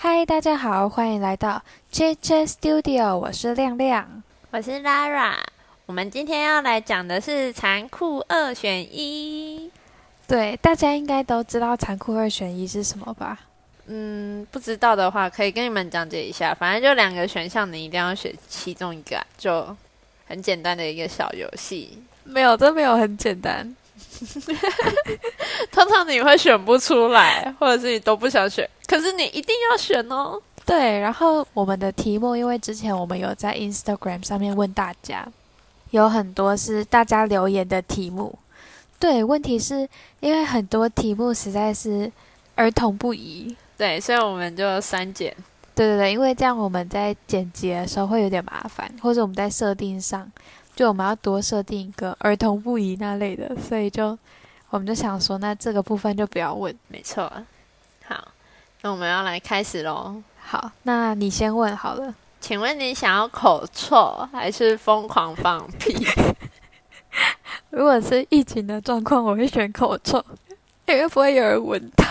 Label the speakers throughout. Speaker 1: 嗨，大家好，欢迎来到 JJ Studio，我是亮亮。
Speaker 2: 我是 Lara，我们今天要来讲的是残酷二选一。
Speaker 1: 对，大家应该都知道残酷二选一是什么吧？
Speaker 2: 嗯，不知道的话可以跟你们讲解一下，反正就两个选项，你一定要选其中一个啊、就很简单的一个小游戏。
Speaker 1: 没有，这没有很简单。
Speaker 2: 通常你会选不出来，或者是你都不想选，可是你一定要选哦。
Speaker 1: 对，然后我们的题目，因为之前我们有在 Instagram 上面问大家，有很多是大家留言的题目。对，问题是因为很多题目实在是儿童不宜。
Speaker 2: 对，所以我们就删减。
Speaker 1: 对对对，因为这样我们在剪辑的时候会有点麻烦，或者我们在设定上，就我们要多设定一个儿童不宜那类的，所以就我们就想说，那这个部分就不要问。
Speaker 2: 没错。好，那我们要来开始喽。
Speaker 1: 好，那你先问好了。
Speaker 2: 请问你想要口臭还是疯狂放屁？
Speaker 1: 如果是疫情的状况，我会选口臭，因为不会有人闻到。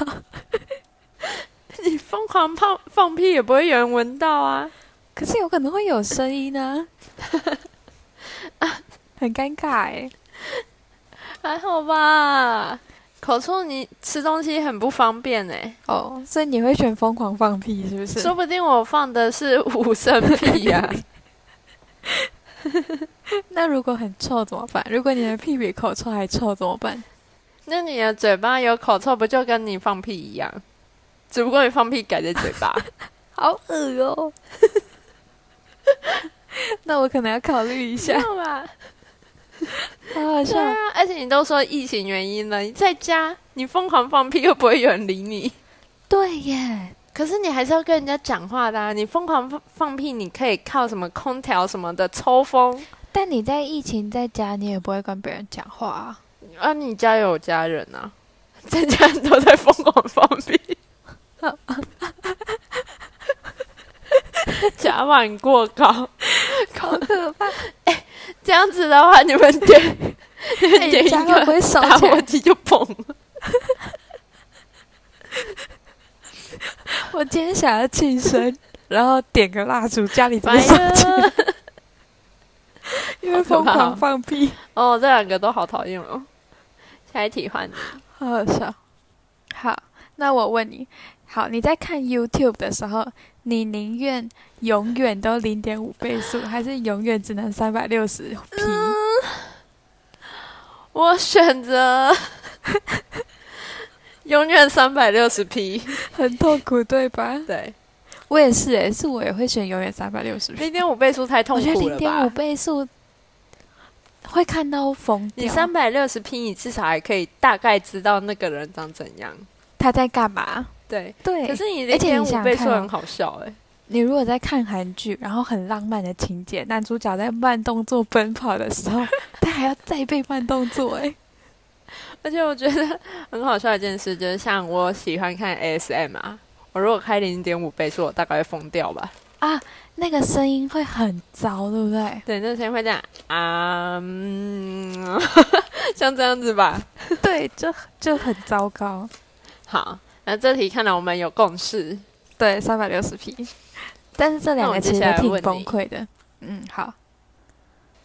Speaker 2: 你疯狂放放屁也不会有人闻到啊！
Speaker 1: 可是有可能会有声音呢、啊，很尴尬哎。
Speaker 2: 还好吧，口臭你吃东西很不方便哎、
Speaker 1: 哦，所以你会选疯狂放屁是不是？
Speaker 2: 说不定我放的是五圣屁啊呀、
Speaker 1: 那如果很臭怎么办？如果你的屁比口臭还臭怎么办？
Speaker 2: 那你的嘴巴有口臭，不就跟你放屁一样？只不过你放屁改在嘴 巴。
Speaker 1: 好恶哦。 那我可能要考虑一下，
Speaker 2: 道吧？
Speaker 1: 好好
Speaker 2: 对
Speaker 1: 笑。
Speaker 2: 啊，而且你都说疫情原因了，你在家你疯狂放屁又不会有人理你，
Speaker 1: 对耶，
Speaker 2: 可是你还是要跟人家讲话的、啊。你疯狂放放屁，你可以靠什么空调什么的抽风。
Speaker 1: 但你在疫情在家，你也不会跟别人讲话、啊。
Speaker 2: 啊，你家有家人啊， 在家都在疯狂放屁， 甲板过高，
Speaker 1: 好可 怕！
Speaker 2: 这样子的话，你们点 你们点
Speaker 1: 你
Speaker 2: 一
Speaker 1: 家会不
Speaker 2: 个
Speaker 1: 会烧
Speaker 2: 打
Speaker 1: 起
Speaker 2: 火
Speaker 1: 来？
Speaker 2: 机就崩了。
Speaker 1: 我今天想要庆生，然后点个蜡烛，家里怎么
Speaker 2: 哎
Speaker 1: 烧起来？
Speaker 2: 呀，
Speaker 1: 因为疯狂放屁，
Speaker 2: 哦，这两个都好讨厌哦。下一题换你，
Speaker 1: 好好笑。好，那我问你，好，你在看 YouTube 的时候，你宁愿永远都零点五倍速，还是永远只能三百六十 p？
Speaker 2: 我选择 永远三百六十 P。
Speaker 1: 很痛苦，对吧？
Speaker 2: 对，
Speaker 1: 我也是、诶，是我也会选永远三百六十 p。
Speaker 2: 零点五倍速太痛
Speaker 1: 我觉得
Speaker 2: 苦
Speaker 1: 零
Speaker 2: 了
Speaker 1: 点五
Speaker 2: 吧？
Speaker 1: 倍速会看到疯掉。
Speaker 2: 你三百六十 P，你至少还可以大概知道那个人长怎样。
Speaker 1: 他在干嘛？
Speaker 2: 对，
Speaker 1: 对，
Speaker 2: 可是你
Speaker 1: 而
Speaker 2: 零
Speaker 1: 且
Speaker 2: 点
Speaker 1: 你想
Speaker 2: 五倍速
Speaker 1: 看哦
Speaker 2: 很好笑哎、
Speaker 1: 你如果在看韩剧，然后很浪漫的情节，男主角在慢动作奔跑的 时候，他还要再被慢动作、哎诶，
Speaker 2: 而且我觉得很好笑的一件事，就是像我喜欢看 ASM 啊，我如果开零点五倍速，我大概会疯掉吧。
Speaker 1: 那个声音会很糟，对不对？
Speaker 2: 对，那声音会这样啊，嗯、 像这样子吧。
Speaker 1: 对，就就很糟糕。
Speaker 2: 好，那这题看来我们有共识。
Speaker 1: 对，三百六十 p，但是这两
Speaker 2: 那
Speaker 1: 个
Speaker 2: 我
Speaker 1: 其
Speaker 2: 接
Speaker 1: 实
Speaker 2: 下来
Speaker 1: 都挺
Speaker 2: 问你
Speaker 1: 崩溃的。嗯，好，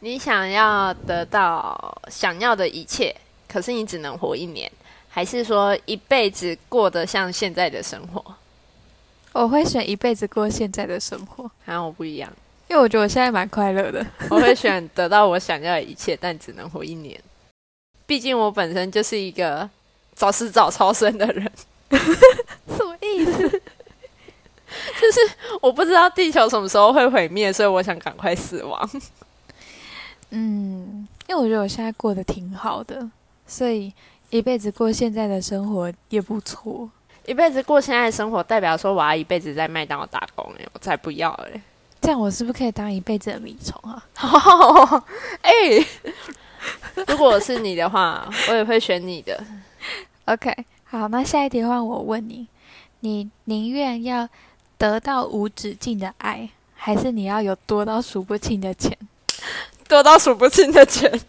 Speaker 2: 你想要得到想要的一切，可是你只能活一年，还是说一辈子过得像现在的生活？
Speaker 1: 我会选一辈子过现在的生活，
Speaker 2: 好像我不一样，
Speaker 1: 因为我觉得我现在蛮快乐的。
Speaker 2: 我会选得到我想要的一切，但只能活一年。毕竟我本身就是一个早死早超生的人，
Speaker 1: 什么意思？
Speaker 2: 我不知道地球什么时候会毁灭，所以我想赶快死亡。
Speaker 1: 嗯，因为我觉得我现在过得挺好的，所以一辈子过现在的生活也不错。
Speaker 2: 一辈子过现在的生活，代表说我要一辈子在麦当劳打工、欸，我才不要哎、
Speaker 1: 这样我是不是可以当一辈子的米虫啊？
Speaker 2: 哦， 哎、如果我是你的话，我也会选你的。
Speaker 1: OK，好，那下一题换我问你，你宁愿要得到无止境的爱，还是你要有多到数不清的钱？
Speaker 2: 多到数不清的钱，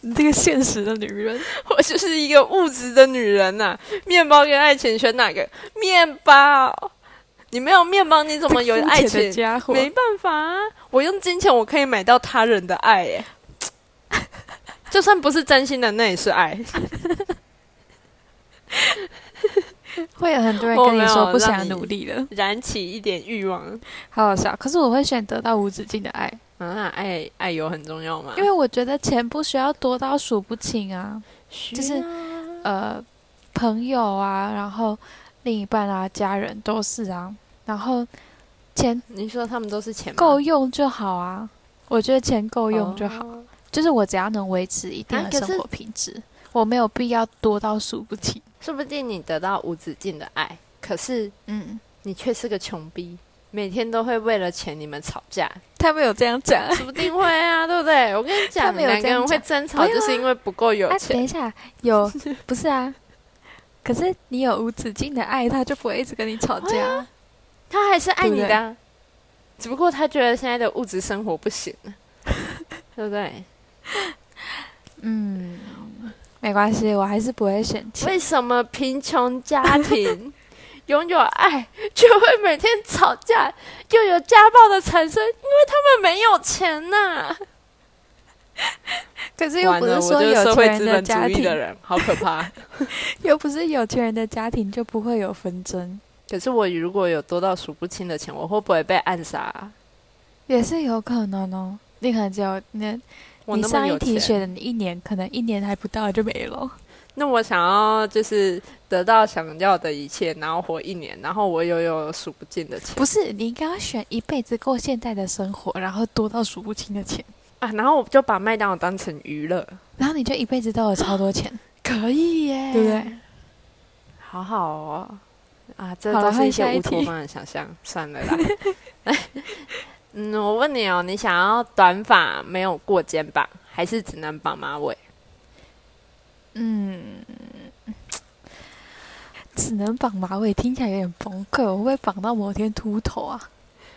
Speaker 1: 你这个现实的女人。
Speaker 2: 我就是一个物质的女人呐、面包跟爱情选哪个？面包。你没有面包，你怎么有
Speaker 1: 肤
Speaker 2: 爱
Speaker 1: 浅
Speaker 2: 情
Speaker 1: 的？家伙？
Speaker 2: 没办法、啊，我用金钱我可以买到他人的爱、耶， 就算不是真心的，那也是爱。
Speaker 1: 会有很多人
Speaker 2: 我
Speaker 1: 跟你
Speaker 2: 没
Speaker 1: 说
Speaker 2: 有
Speaker 1: 不
Speaker 2: 让
Speaker 1: 想
Speaker 2: 你
Speaker 1: 努力了，
Speaker 2: 燃起一点欲望
Speaker 1: 好好笑。可是我会选得到无止境的爱，
Speaker 2: 啊！爱爱有很重要吗？
Speaker 1: 因为我觉得钱不需要多到数不清啊。
Speaker 2: 需
Speaker 1: 就是
Speaker 2: 要
Speaker 1: 呃朋友啊，然后另一半啊、家人都是啊，然后钱
Speaker 2: 你说他们都是钱吗
Speaker 1: 够用就好啊。我觉得钱够用就好，
Speaker 2: 哦
Speaker 1: 就是我只要能维持一定
Speaker 2: 啊
Speaker 1: 的
Speaker 2: 可是
Speaker 1: 生活品质，我没有必要多到数不清。
Speaker 2: 说不定你得到无止境的爱，可是
Speaker 1: 嗯，
Speaker 2: 你却是个穷逼，每天都会为了钱你们吵架，
Speaker 1: 他没有这样 讲。
Speaker 2: 说不定会啊，对不对？我跟你
Speaker 1: 他
Speaker 2: 讲，
Speaker 1: 没有
Speaker 2: 两
Speaker 1: 这
Speaker 2: 个
Speaker 1: 样
Speaker 2: 人会
Speaker 1: 讲
Speaker 2: 争吵，
Speaker 1: 没有
Speaker 2: 就是因为不够有
Speaker 1: 啊，等
Speaker 2: 钱。
Speaker 1: 一下， 有不是啊？可是你有无止境的爱，他就不会一直跟你吵
Speaker 2: 会
Speaker 1: 架啊。
Speaker 2: 他还是爱你
Speaker 1: 对不对
Speaker 2: 的啊、只不过他觉得现在的物质生活不行 了，对不对？
Speaker 1: 嗯，没关系，我还是不会选钱。
Speaker 2: 为什么贫穷家 庭拥有爱，却会每天吵架，又有家暴的产生？因为他们没有钱呐、
Speaker 1: 可是又
Speaker 2: 完
Speaker 1: 不
Speaker 2: 了，
Speaker 1: 是
Speaker 2: 我
Speaker 1: 说
Speaker 2: 就是
Speaker 1: 有
Speaker 2: 社
Speaker 1: 钱
Speaker 2: 会
Speaker 1: 人
Speaker 2: 资
Speaker 1: 的
Speaker 2: 本
Speaker 1: 家
Speaker 2: 主义
Speaker 1: 庭，
Speaker 2: 的人，好可 怕。
Speaker 1: 又不是有钱人的家庭就不会有纷争，
Speaker 2: 可是我如果有多到数不清的钱，我会不会被暗杀啊、
Speaker 1: 也是有可能哦。你可能只有你，
Speaker 2: 我
Speaker 1: 你
Speaker 2: 那么
Speaker 1: 上一
Speaker 2: 有
Speaker 1: 题
Speaker 2: 钱，
Speaker 1: 选的一年，可能一年还不到就没了。
Speaker 2: 那我想要就是得到想要的一切，然后活一年，然后我又有数不尽的钱
Speaker 1: 不是，你应该要选一辈子过现在的生活，然后多到数不清的钱，
Speaker 2: 啊，然后我就把麦当劳当成娱乐，
Speaker 1: 然后你就一辈子都有超多 钱，
Speaker 2: 可以耶，
Speaker 1: 对不对？？
Speaker 2: 好好哦，啊，这
Speaker 1: 好了
Speaker 2: 都是一
Speaker 1: 换下
Speaker 2: 些
Speaker 1: 一
Speaker 2: 乌托
Speaker 1: 题
Speaker 2: 邦的想象，算了啦。 嗯，我问你哦，你想要短发没有过肩膀，还是只能绑马尾？
Speaker 1: 嗯，只能绑马尾，听起来有点崩溃。我会不会绑到某天秃头啊？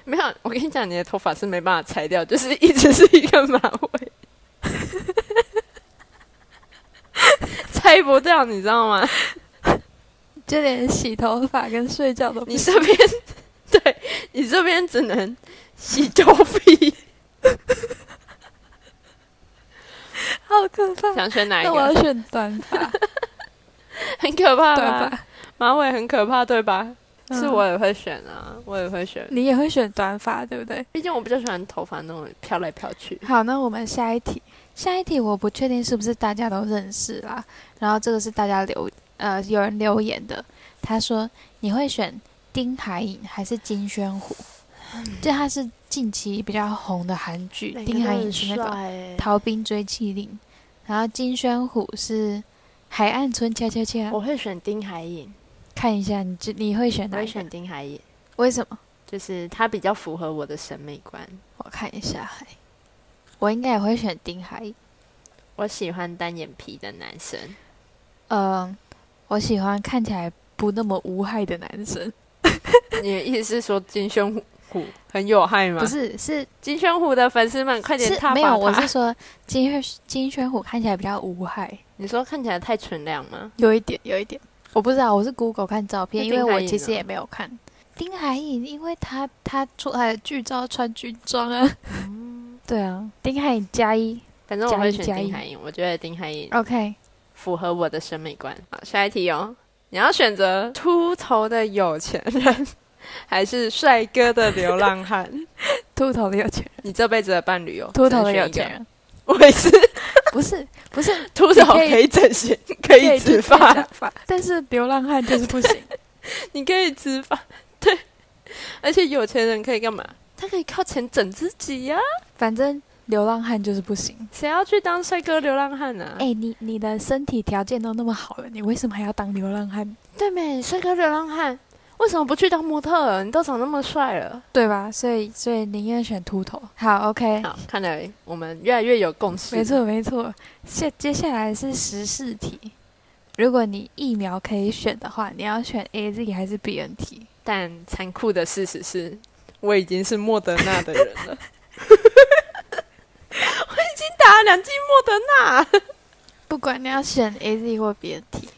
Speaker 2: 没有，我跟你讲，你的头发是没办法拆掉，就是一直是一个马尾， 拆不掉，你知道吗？
Speaker 1: 就连洗头发跟睡觉都不
Speaker 2: 你
Speaker 1: 行。
Speaker 2: 这边，对你这边只能洗头 皮，
Speaker 1: 好可怕！
Speaker 2: 想选哪一
Speaker 1: 那我
Speaker 2: 个
Speaker 1: 要？选短发，
Speaker 2: 很可怕
Speaker 1: 短
Speaker 2: 吧？
Speaker 1: 发、
Speaker 2: 马尾很可怕，对吧？啊是
Speaker 1: 嗯
Speaker 2: 我也会选啊，我也会选。
Speaker 1: 你也会选短发，对不对？
Speaker 2: 毕竟我比较喜欢头发那种飘来飘去。
Speaker 1: 好，那我们下一题。下一题我不确定是不是大家都认识啦。然后这个是大家留呃有人留言的，他说你会选丁海寅还是金宣虎？就他是近期比较红的韩剧，丁海寅是那个《
Speaker 2: 个。
Speaker 1: 逃兵追缉令》，然后金宣虎是《海岸村恰恰恰》。
Speaker 2: 我会选丁海寅，
Speaker 1: 看一下你这你会选
Speaker 2: 我
Speaker 1: 哪
Speaker 2: 会
Speaker 1: 一个？
Speaker 2: 选丁海寅，
Speaker 1: 为什么？
Speaker 2: 就是他比较符合我的审美观。
Speaker 1: 我看一下，还我应该也会选丁海寅。
Speaker 2: 我喜欢单眼皮的男 生，
Speaker 1: 嗯，我喜欢看起来不那么无害的男生，
Speaker 2: 你的意思是说金宣虎很有害吗？
Speaker 1: 不，是是
Speaker 2: 金宣虎的粉丝们快点
Speaker 1: 是
Speaker 2: 踏
Speaker 1: 没有，
Speaker 2: 伐
Speaker 1: 我
Speaker 2: 他
Speaker 1: 是！说金宣金宣虎看起来比较无害，
Speaker 2: 你说看起来太纯良吗？
Speaker 1: 有一点有一点，我不知道，我是 Google 看照片，
Speaker 2: 那
Speaker 1: 因为
Speaker 2: 丁海
Speaker 1: 我
Speaker 2: 寅
Speaker 1: 其实
Speaker 2: 呢
Speaker 1: 也没有看丁海寅，因为他他出来的剧照穿军装啊，
Speaker 2: 嗯
Speaker 1: 对啊，丁海寅加一
Speaker 2: 反正我会选
Speaker 1: 加一
Speaker 2: 丁海寅，我觉得丁海寅
Speaker 1: ，OK，
Speaker 2: 符合我的审美观。好，下一题哦，你要选择秃头的有钱人， 还是帅哥的流 浪汉？
Speaker 1: 秃头的有钱人，
Speaker 2: 你这辈子的伴侣哦，
Speaker 1: 秃头的
Speaker 2: 只能
Speaker 1: 有
Speaker 2: 选一个
Speaker 1: 钱，人，
Speaker 2: 我也是
Speaker 1: 不是不是
Speaker 2: 秃头
Speaker 1: 你可以
Speaker 2: 可以整形，可以植发，
Speaker 1: 发， 但是流浪汉就是不行。
Speaker 2: 你可以植发，对， 而且有钱人可以干嘛？他可以靠钱整自己呀、
Speaker 1: 反正流浪汉就是不行。
Speaker 2: 谁要去当帅哥流浪汉啊？
Speaker 1: 哎、你你的身体条件都那么好了，你为什么还要当流浪汉？
Speaker 2: 对没？帅哥流浪汉为什么不去当模特儿？你都长那么帅了。
Speaker 1: 对吧？所以所以宁愿选秃头。好，OK，
Speaker 2: 哎好，看来我们越来越有共识。
Speaker 1: 没，错没错。下接下来是时事题。如果你疫苗可以选的话，你要选 A Z 还是 B N T？
Speaker 2: 但残酷的事实是，我已经是莫德纳的人了。 我已经打了两剂莫德纳。
Speaker 1: 不管你要选 A Z 或 B N T，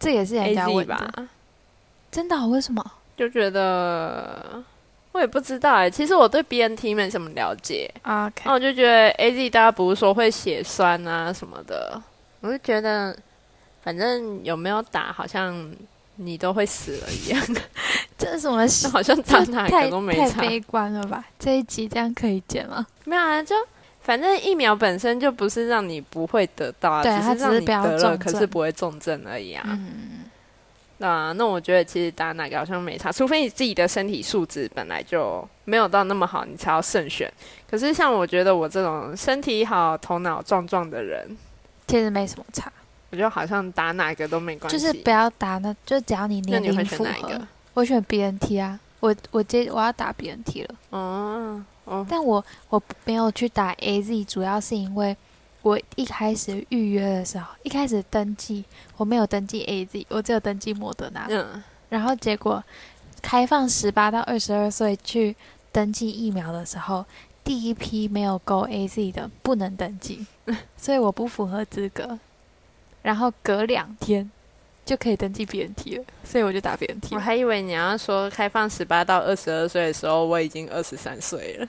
Speaker 1: 这也是人
Speaker 2: A
Speaker 1: 家问
Speaker 2: Z
Speaker 1: 的
Speaker 2: 吧，
Speaker 1: 真的哦、为什么？
Speaker 2: 就觉得我也不知道哎、其实我对 BNT 没什么了解，
Speaker 1: 啊，OK，
Speaker 2: 那我就觉得 AZ 大家不是说会血栓啊什么的，我就觉得反正有没有打好像你都会死了一样，
Speaker 1: 这是什么
Speaker 2: 就
Speaker 1: 事？
Speaker 2: 好像打
Speaker 1: 这
Speaker 2: 哪
Speaker 1: 太
Speaker 2: 个都没
Speaker 1: 太
Speaker 2: 差。
Speaker 1: 悲观了吧？这一集这样可以剪吗？
Speaker 2: 没有啊，就反正疫苗本身就不是让你不会得到啊，
Speaker 1: 对
Speaker 2: 只
Speaker 1: 它
Speaker 2: 是
Speaker 1: 只
Speaker 2: 让
Speaker 1: 是
Speaker 2: 你
Speaker 1: 不要
Speaker 2: 得了，
Speaker 1: 重
Speaker 2: 可
Speaker 1: 症
Speaker 2: 是不会重症而已啊。
Speaker 1: 嗯，
Speaker 2: 对啊，那我觉得其实打哪个好像没差，除非你自己的身体素质本来就没有到那么好，你才要慎选。可是像我觉得我这种身体好、头脑壮壮的人，
Speaker 1: 其实没什么差，
Speaker 2: 我觉得好像打哪个都没关
Speaker 1: 就
Speaker 2: 系。
Speaker 1: 是不要打那，就只要你
Speaker 2: 那
Speaker 1: 年
Speaker 2: 你会
Speaker 1: 龄
Speaker 2: 选
Speaker 1: 符
Speaker 2: 哪一
Speaker 1: 合
Speaker 2: 个。？
Speaker 1: 我选 B N T 啊，我我接我要打 B N T 了，
Speaker 2: 哦哦，
Speaker 1: 但我我没有去打 A Z，主要是因为我一开始预约的时候，一开始登记我没有登记 A Z，我只有登记莫德纳，
Speaker 2: 嗯，
Speaker 1: 然后结果开放十八到二十二岁去登记疫苗的时候，第一批没有勾 A Z 的不能登 记，所以我不符合资格。然后隔两天就可以登记 B N T 了，所以我就打 B N T
Speaker 2: 我
Speaker 1: 了。
Speaker 2: 还以为你要说开放十八到二十二岁的时候，我已经二十三岁了。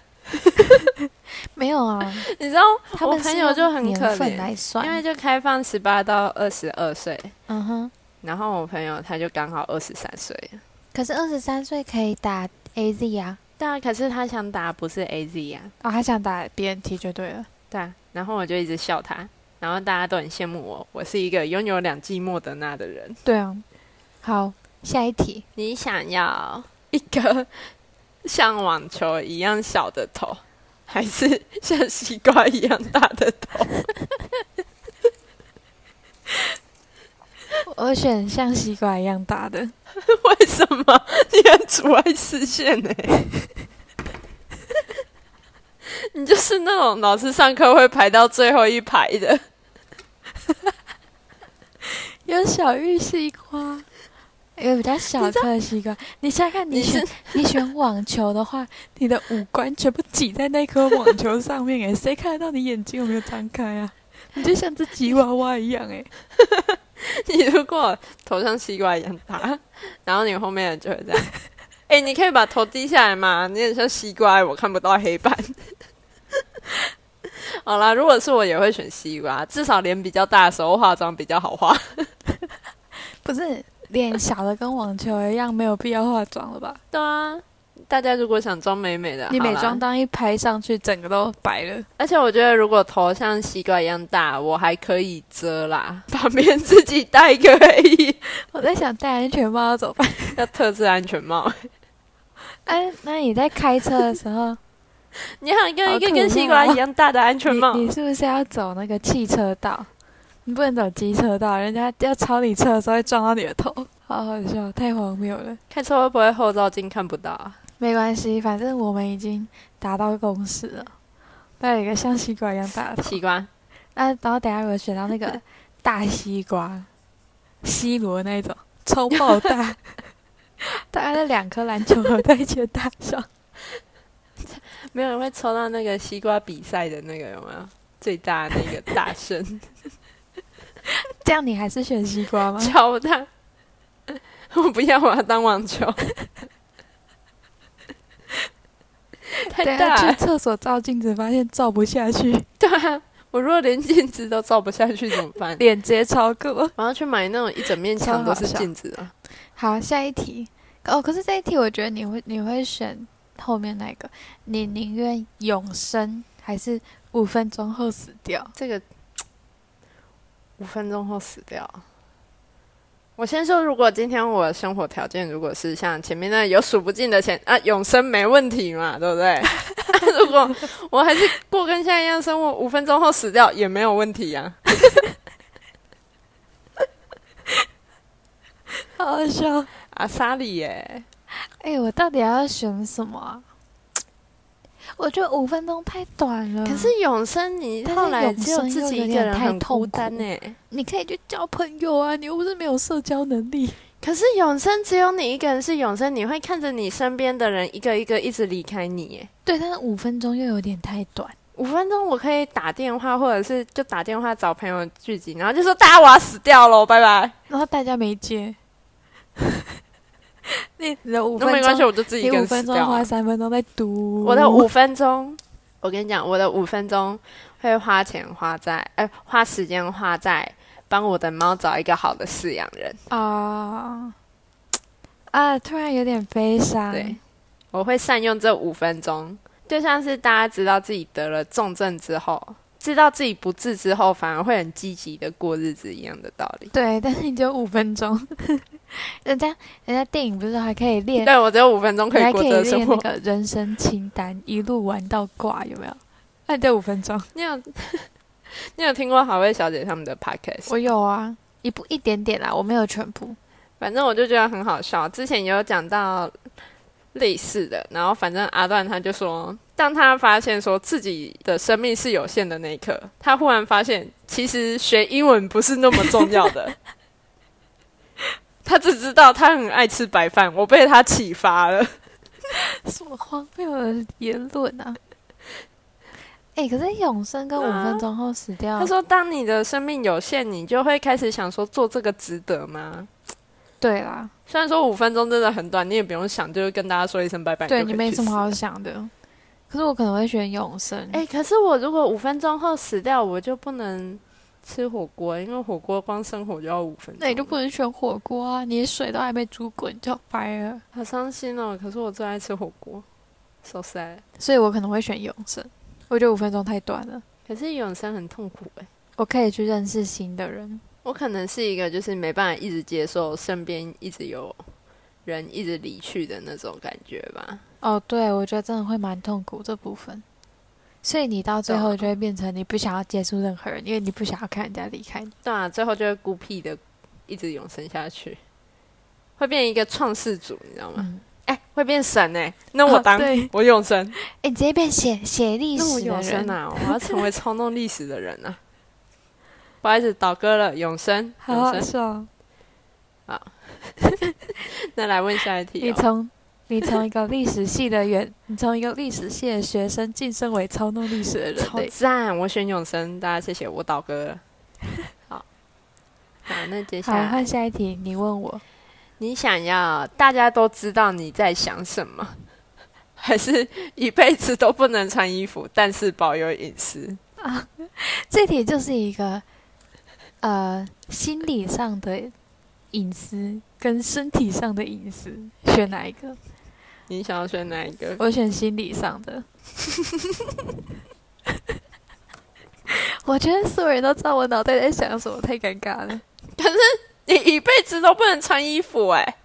Speaker 1: 没有啊，
Speaker 2: 你知道
Speaker 1: 他
Speaker 2: 我
Speaker 1: 们是
Speaker 2: 朋友就
Speaker 1: 用
Speaker 2: 很
Speaker 1: 年
Speaker 2: 可
Speaker 1: 份
Speaker 2: 怜，
Speaker 1: 来算，
Speaker 2: 因为就开放十八到二十二岁，
Speaker 1: 嗯哼，
Speaker 2: 然后我朋友他就刚好二十三岁了。
Speaker 1: 可是二十三岁可以打 A Z 啊，
Speaker 2: 对啊，可是他想打不是 A Z 啊，
Speaker 1: 哦，他想打 B N T 就对了。
Speaker 2: 对啊，然后我就一直笑他，然后大家都很羡慕我，我是一个拥有两剂莫德纳的人。
Speaker 1: 对啊，好，下一题，
Speaker 2: 你想要一 个像网球一样小的头，还是像西瓜一样大的头？
Speaker 1: 我选像西瓜一样大的。
Speaker 2: 为什么？你很阻碍视线欸呢、 你就是那种老师上课会排到最后一排的，
Speaker 1: 有小玉西瓜，有比较小颗的西瓜。你想想看，你
Speaker 2: 你是
Speaker 1: 选你选网球的话，你的五官全部挤在那颗网球上面，哎，谁看得到你眼睛有没有张开啊？你就像只吉娃娃一样，哎，
Speaker 2: 你如果头像西瓜一样大， 然后你后面的就会这样。 哎、你可以把头低下来嘛，你很像西瓜，我看不到黑板。 好啦，如果是我也会选西瓜，至少脸比较大的时候化妆比较好化。
Speaker 1: 不是脸小的跟网球一样，没有必要化妆了吧？
Speaker 2: 对啊，大家如果想装美美的，
Speaker 1: 你
Speaker 2: 好啦
Speaker 1: 美妆当一拍上去，整个都白了。
Speaker 2: 而且我觉得如果头像西瓜一样大，我还可以遮啦， 旁边自己戴一个黑衣，
Speaker 1: 我在想戴安全帽要怎么办？
Speaker 2: 要特制安全帽。
Speaker 1: 哎、那你在开车的时候，
Speaker 2: 你想跟一个
Speaker 1: 好可怕
Speaker 2: 跟西瓜一样大的安全帽？
Speaker 1: 你你是不是要走那个汽车道？你不能走机车道，人家要超你车的时候会撞到你的头，好好笑，太荒谬了。
Speaker 2: 开车会不会后照镜看不到啊？
Speaker 1: 没关系，反正我们已经达到共识了。带一个像西瓜一样大的头，
Speaker 2: 西瓜，
Speaker 1: 那、然后等一下如果选到那个大西瓜，西罗那一种，超爆 大，大概那两颗篮球合在一起的大小。
Speaker 2: 没有人会抽到那个西瓜比赛的那个有没有？最大的那个大声
Speaker 1: 这样你还是选西瓜吗？
Speaker 2: 超大，我不要，我要当网球，太
Speaker 1: 等一
Speaker 2: 大
Speaker 1: 下
Speaker 2: 了
Speaker 1: 去，厕所照镜子，发现照不下去，
Speaker 2: 对啊，我如果连镜子都照不下去怎么办？
Speaker 1: 脸直接超 过。
Speaker 2: 我要去买那种一整面墙都是镜子啊！
Speaker 1: 好，下一题。哦，可是这一题我觉得你会你会选后面那个，你宁愿永生还是五分钟后死掉？
Speaker 2: 这个五分钟后死掉。我先说，如果今天我的生活条件如果是像前面那有数不尽的钱啊，永生没问题嘛，对不对？ 啊、如果我还是过跟现在一样生活，五分钟后死掉也没有问题呀、啊。
Speaker 1: 好好笑。
Speaker 2: 啊，沙里耶，
Speaker 1: 哎、我到底要选什么啊？我觉得五分钟太短了。
Speaker 2: 可嗯是永生你
Speaker 1: 但是
Speaker 2: 后来只有自己一个
Speaker 1: 永生又有
Speaker 2: 人
Speaker 1: 点太
Speaker 2: 很孤单
Speaker 1: 痛苦
Speaker 2: 呢。
Speaker 1: 你可以去交朋友啊，你又不是没有社交能力。
Speaker 2: 可是永生只有你一个人是永生，你会看着你身边的人一个一个一直离开你耶。
Speaker 1: 对，但是五分钟又有点太短。
Speaker 2: 五分钟我可以打电话，或者是就打电话找朋友聚集，然后就说大家我要死掉了，拜拜。
Speaker 1: 然后大家没接。 你你的五
Speaker 2: 那没
Speaker 1: 分
Speaker 2: 关系，
Speaker 1: 钟，
Speaker 2: 我就自己
Speaker 1: 你
Speaker 2: 一个
Speaker 1: 五
Speaker 2: 人死
Speaker 1: 分钟
Speaker 2: 掉啊。
Speaker 1: 花三分钟在读。
Speaker 2: 我的五分钟，我跟你讲，我的五分钟会花钱花在，哎、花时间花在帮我的猫找一个好的饲养人。
Speaker 1: 啊啊！突然有点悲伤。
Speaker 2: 对，我会善用这五分钟，就像是大家知道自己得了重症之后，知道自己不治之后，反而会很积极的过日子一样的道理。
Speaker 1: 对，但是你只有五分钟。 人家人家电影不是还可以练，
Speaker 2: 对我只有五分钟可
Speaker 1: 你
Speaker 2: 以
Speaker 1: 还
Speaker 2: 过
Speaker 1: 可以
Speaker 2: 这个生
Speaker 1: 练那
Speaker 2: 活。
Speaker 1: 个人生清单，一路玩到挂，有没有？那你这五分钟，
Speaker 2: 你有你有听过好味小姐他们的 podcast？
Speaker 1: 我有啊，一部一点点啦，我没有全部。
Speaker 2: 反正我就觉得很好笑。之前也有讲到类似的，然后反正阿段他就说，当他发现说自己的生命是有限的那一刻，他忽然发现其实学英文不是那么重要的。他只知道他很爱吃白饭，我被他启发了。
Speaker 1: 什么荒谬的言论 啊！哎、可是永生跟五分钟后死掉，
Speaker 2: 他说：“当你的生命有限，你就会开始想说做这个值得吗？
Speaker 1: 对啦，
Speaker 2: 虽然说五分钟真的很短，你也不用想，就是跟大家说一声拜拜。
Speaker 1: 哎对
Speaker 2: 就
Speaker 1: 你
Speaker 2: 可以
Speaker 1: 没
Speaker 2: 去
Speaker 1: 什么
Speaker 2: 死
Speaker 1: 好想的。可是我可能会选永生。
Speaker 2: 哎、可是我如果五分钟后死掉，我就不能吃火锅，因为火锅光生火就要五分钟。
Speaker 1: 那你就不能选火锅啊！你水都还没煮滚就掰了，
Speaker 2: 好伤心哦。可是我最爱吃火锅，so sad。
Speaker 1: 所以我可能会选永生。我觉得五分钟太短了，
Speaker 2: 可是永生很痛苦哎、
Speaker 1: 我可以去认识新的人。
Speaker 2: 我可能是一个就是没办法一直接受身边一直有人一直离去的那种感觉吧。
Speaker 1: 哦，对，我觉得真的会蛮痛苦这部分。所以你到最后就会变成你不想要接触任何人，因为你不想要看人家离开你。
Speaker 2: 对啊，最后就会孤僻的一直永生下去，会变一个创世主，你知道吗？
Speaker 1: 嗯，
Speaker 2: 哎、会变神哎、那我当、
Speaker 1: 哦对
Speaker 2: 我永生。
Speaker 1: 哎、你直接变写写历
Speaker 2: 那我
Speaker 1: 史的
Speaker 2: 永
Speaker 1: 人
Speaker 2: 生啊！我要成为操弄历史的人啊！ 不好意思，倒戈了，永生，
Speaker 1: 好
Speaker 2: 永
Speaker 1: 好
Speaker 2: 生。
Speaker 1: 笑哦。
Speaker 2: 那来问下一题、
Speaker 1: 你
Speaker 2: 哦。
Speaker 1: 从你从一个历史系的员，你从一个历史系的学生晋升为操弄历史的人
Speaker 2: 超
Speaker 1: 类。
Speaker 2: 赞！我选永生，大家谢谢我倒戈 了。好，好，那接下
Speaker 1: 好，
Speaker 2: 来
Speaker 1: 换下一题，你问我。
Speaker 2: 你想要大家都知道你在想什么， 还是一辈子都不能穿衣服，但是保有隐私？
Speaker 1: 啊这题就是一个呃心理上的隐私跟身体上的隐私，选哪一个？
Speaker 2: 你想要选哪一个？
Speaker 1: 我选心理上的。 我觉得所有人都知道我脑袋在想什么，太尴尬了。
Speaker 2: 你一辈子都不能穿衣服哎、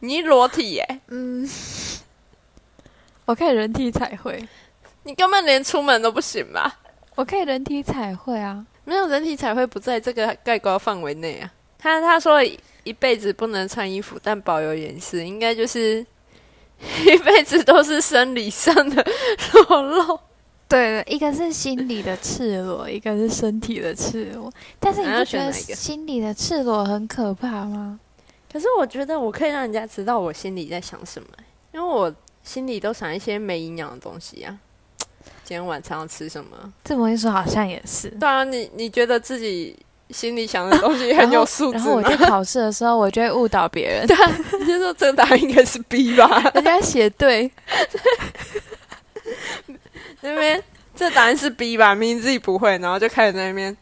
Speaker 2: 你裸体哎、
Speaker 1: 嗯，我可以人体彩绘，
Speaker 2: 你根本连出门都不行吧？
Speaker 1: 我可以人体彩绘啊。
Speaker 2: 没有人体彩绘不在这个概括范围内啊。他他说一一辈子不能穿衣服，但保有隐私，应该就是 一辈子都是生理上的裸露。
Speaker 1: 对一个是心理的赤裸，一个是身体的赤裸。但是你
Speaker 2: 那
Speaker 1: 不
Speaker 2: 要
Speaker 1: 觉
Speaker 2: 选
Speaker 1: 得
Speaker 2: 哪一个
Speaker 1: 心理的赤裸很可怕吗？
Speaker 2: 可是我觉得我可以让人家知道我心里在想什么欸、因为我心里都想一些没营养的东西啊。今天晚上要吃什么？
Speaker 1: 这么一说，好像也是。
Speaker 2: 对啊，你你觉得自己心里想的东 西很有素质
Speaker 1: 然后我
Speaker 2: 吗？
Speaker 1: 去考试的时候，我就会误导别 人，
Speaker 2: 你就说这个答案应该是 B 吧？
Speaker 1: 人家写对，
Speaker 2: 那边这答案是 B 吧，明明自己不会，然后就开始在那边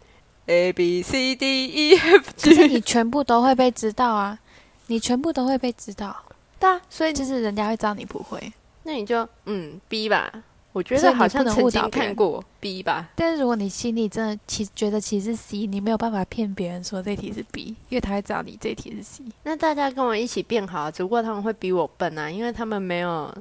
Speaker 2: A B C D E F
Speaker 1: 可是
Speaker 2: G，
Speaker 1: 你全部都会被知道啊，你全部都会被知道，
Speaker 2: 对啊，所以
Speaker 1: 就是人家会知道你不会。
Speaker 2: 那你就嗯 B 吧，我觉
Speaker 1: 所以
Speaker 2: 得
Speaker 1: 你
Speaker 2: 好像
Speaker 1: 不能
Speaker 2: 曾
Speaker 1: 误导
Speaker 2: 经
Speaker 1: 别人
Speaker 2: 看过 B 吧，
Speaker 1: 但是如果你心里真的其觉得其实是 C，你没有办法骗别人说这题是 B，因为他会知道你这题是 C。
Speaker 2: 那大家跟我一起变好，只不过他们会比我笨啊，因为他们没有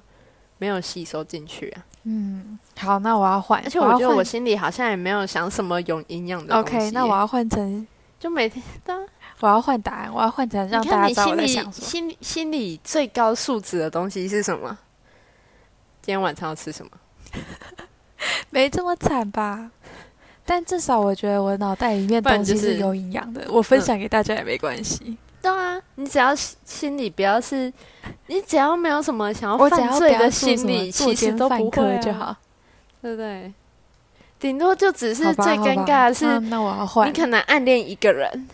Speaker 2: 没有吸收进去啊，
Speaker 1: 嗯，好，那我要换，
Speaker 2: 而且我觉得
Speaker 1: 要
Speaker 2: 我
Speaker 1: 换
Speaker 2: 心里好像也没有想什么有营养的东西
Speaker 1: OK，那我要换成
Speaker 2: 就每天当。
Speaker 1: 我要换答案，我要换成让
Speaker 2: 你
Speaker 1: 大家
Speaker 2: 看你
Speaker 1: 知道我
Speaker 2: 心
Speaker 1: 在
Speaker 2: 里
Speaker 1: 想什么。
Speaker 2: 心里心里最高素质的东西是什么？今天晚上要吃什么？
Speaker 1: 没这么惨吧？但至少我觉得我脑袋里面
Speaker 2: 不然
Speaker 1: 东西
Speaker 2: 就是嗯
Speaker 1: 是有营养的，我分享给大家也没关系。
Speaker 2: 对啊，你只要心心里不要是，你只要没有什么想
Speaker 1: 我
Speaker 2: 要
Speaker 1: 只要
Speaker 2: 哦犯
Speaker 1: 不
Speaker 2: 罪的
Speaker 1: 要做
Speaker 2: 心
Speaker 1: 什么
Speaker 2: 理，
Speaker 1: 作
Speaker 2: 其实
Speaker 1: 奸
Speaker 2: 都
Speaker 1: 犯
Speaker 2: 不会、
Speaker 1: 科
Speaker 2: 啊、
Speaker 1: 就。好。
Speaker 2: 对不对？顶多就只是
Speaker 1: 好吧
Speaker 2: 最
Speaker 1: 好
Speaker 2: 尴
Speaker 1: 吧
Speaker 2: 尬的是，
Speaker 1: 那那我要换
Speaker 2: 你，可能暗恋一个人，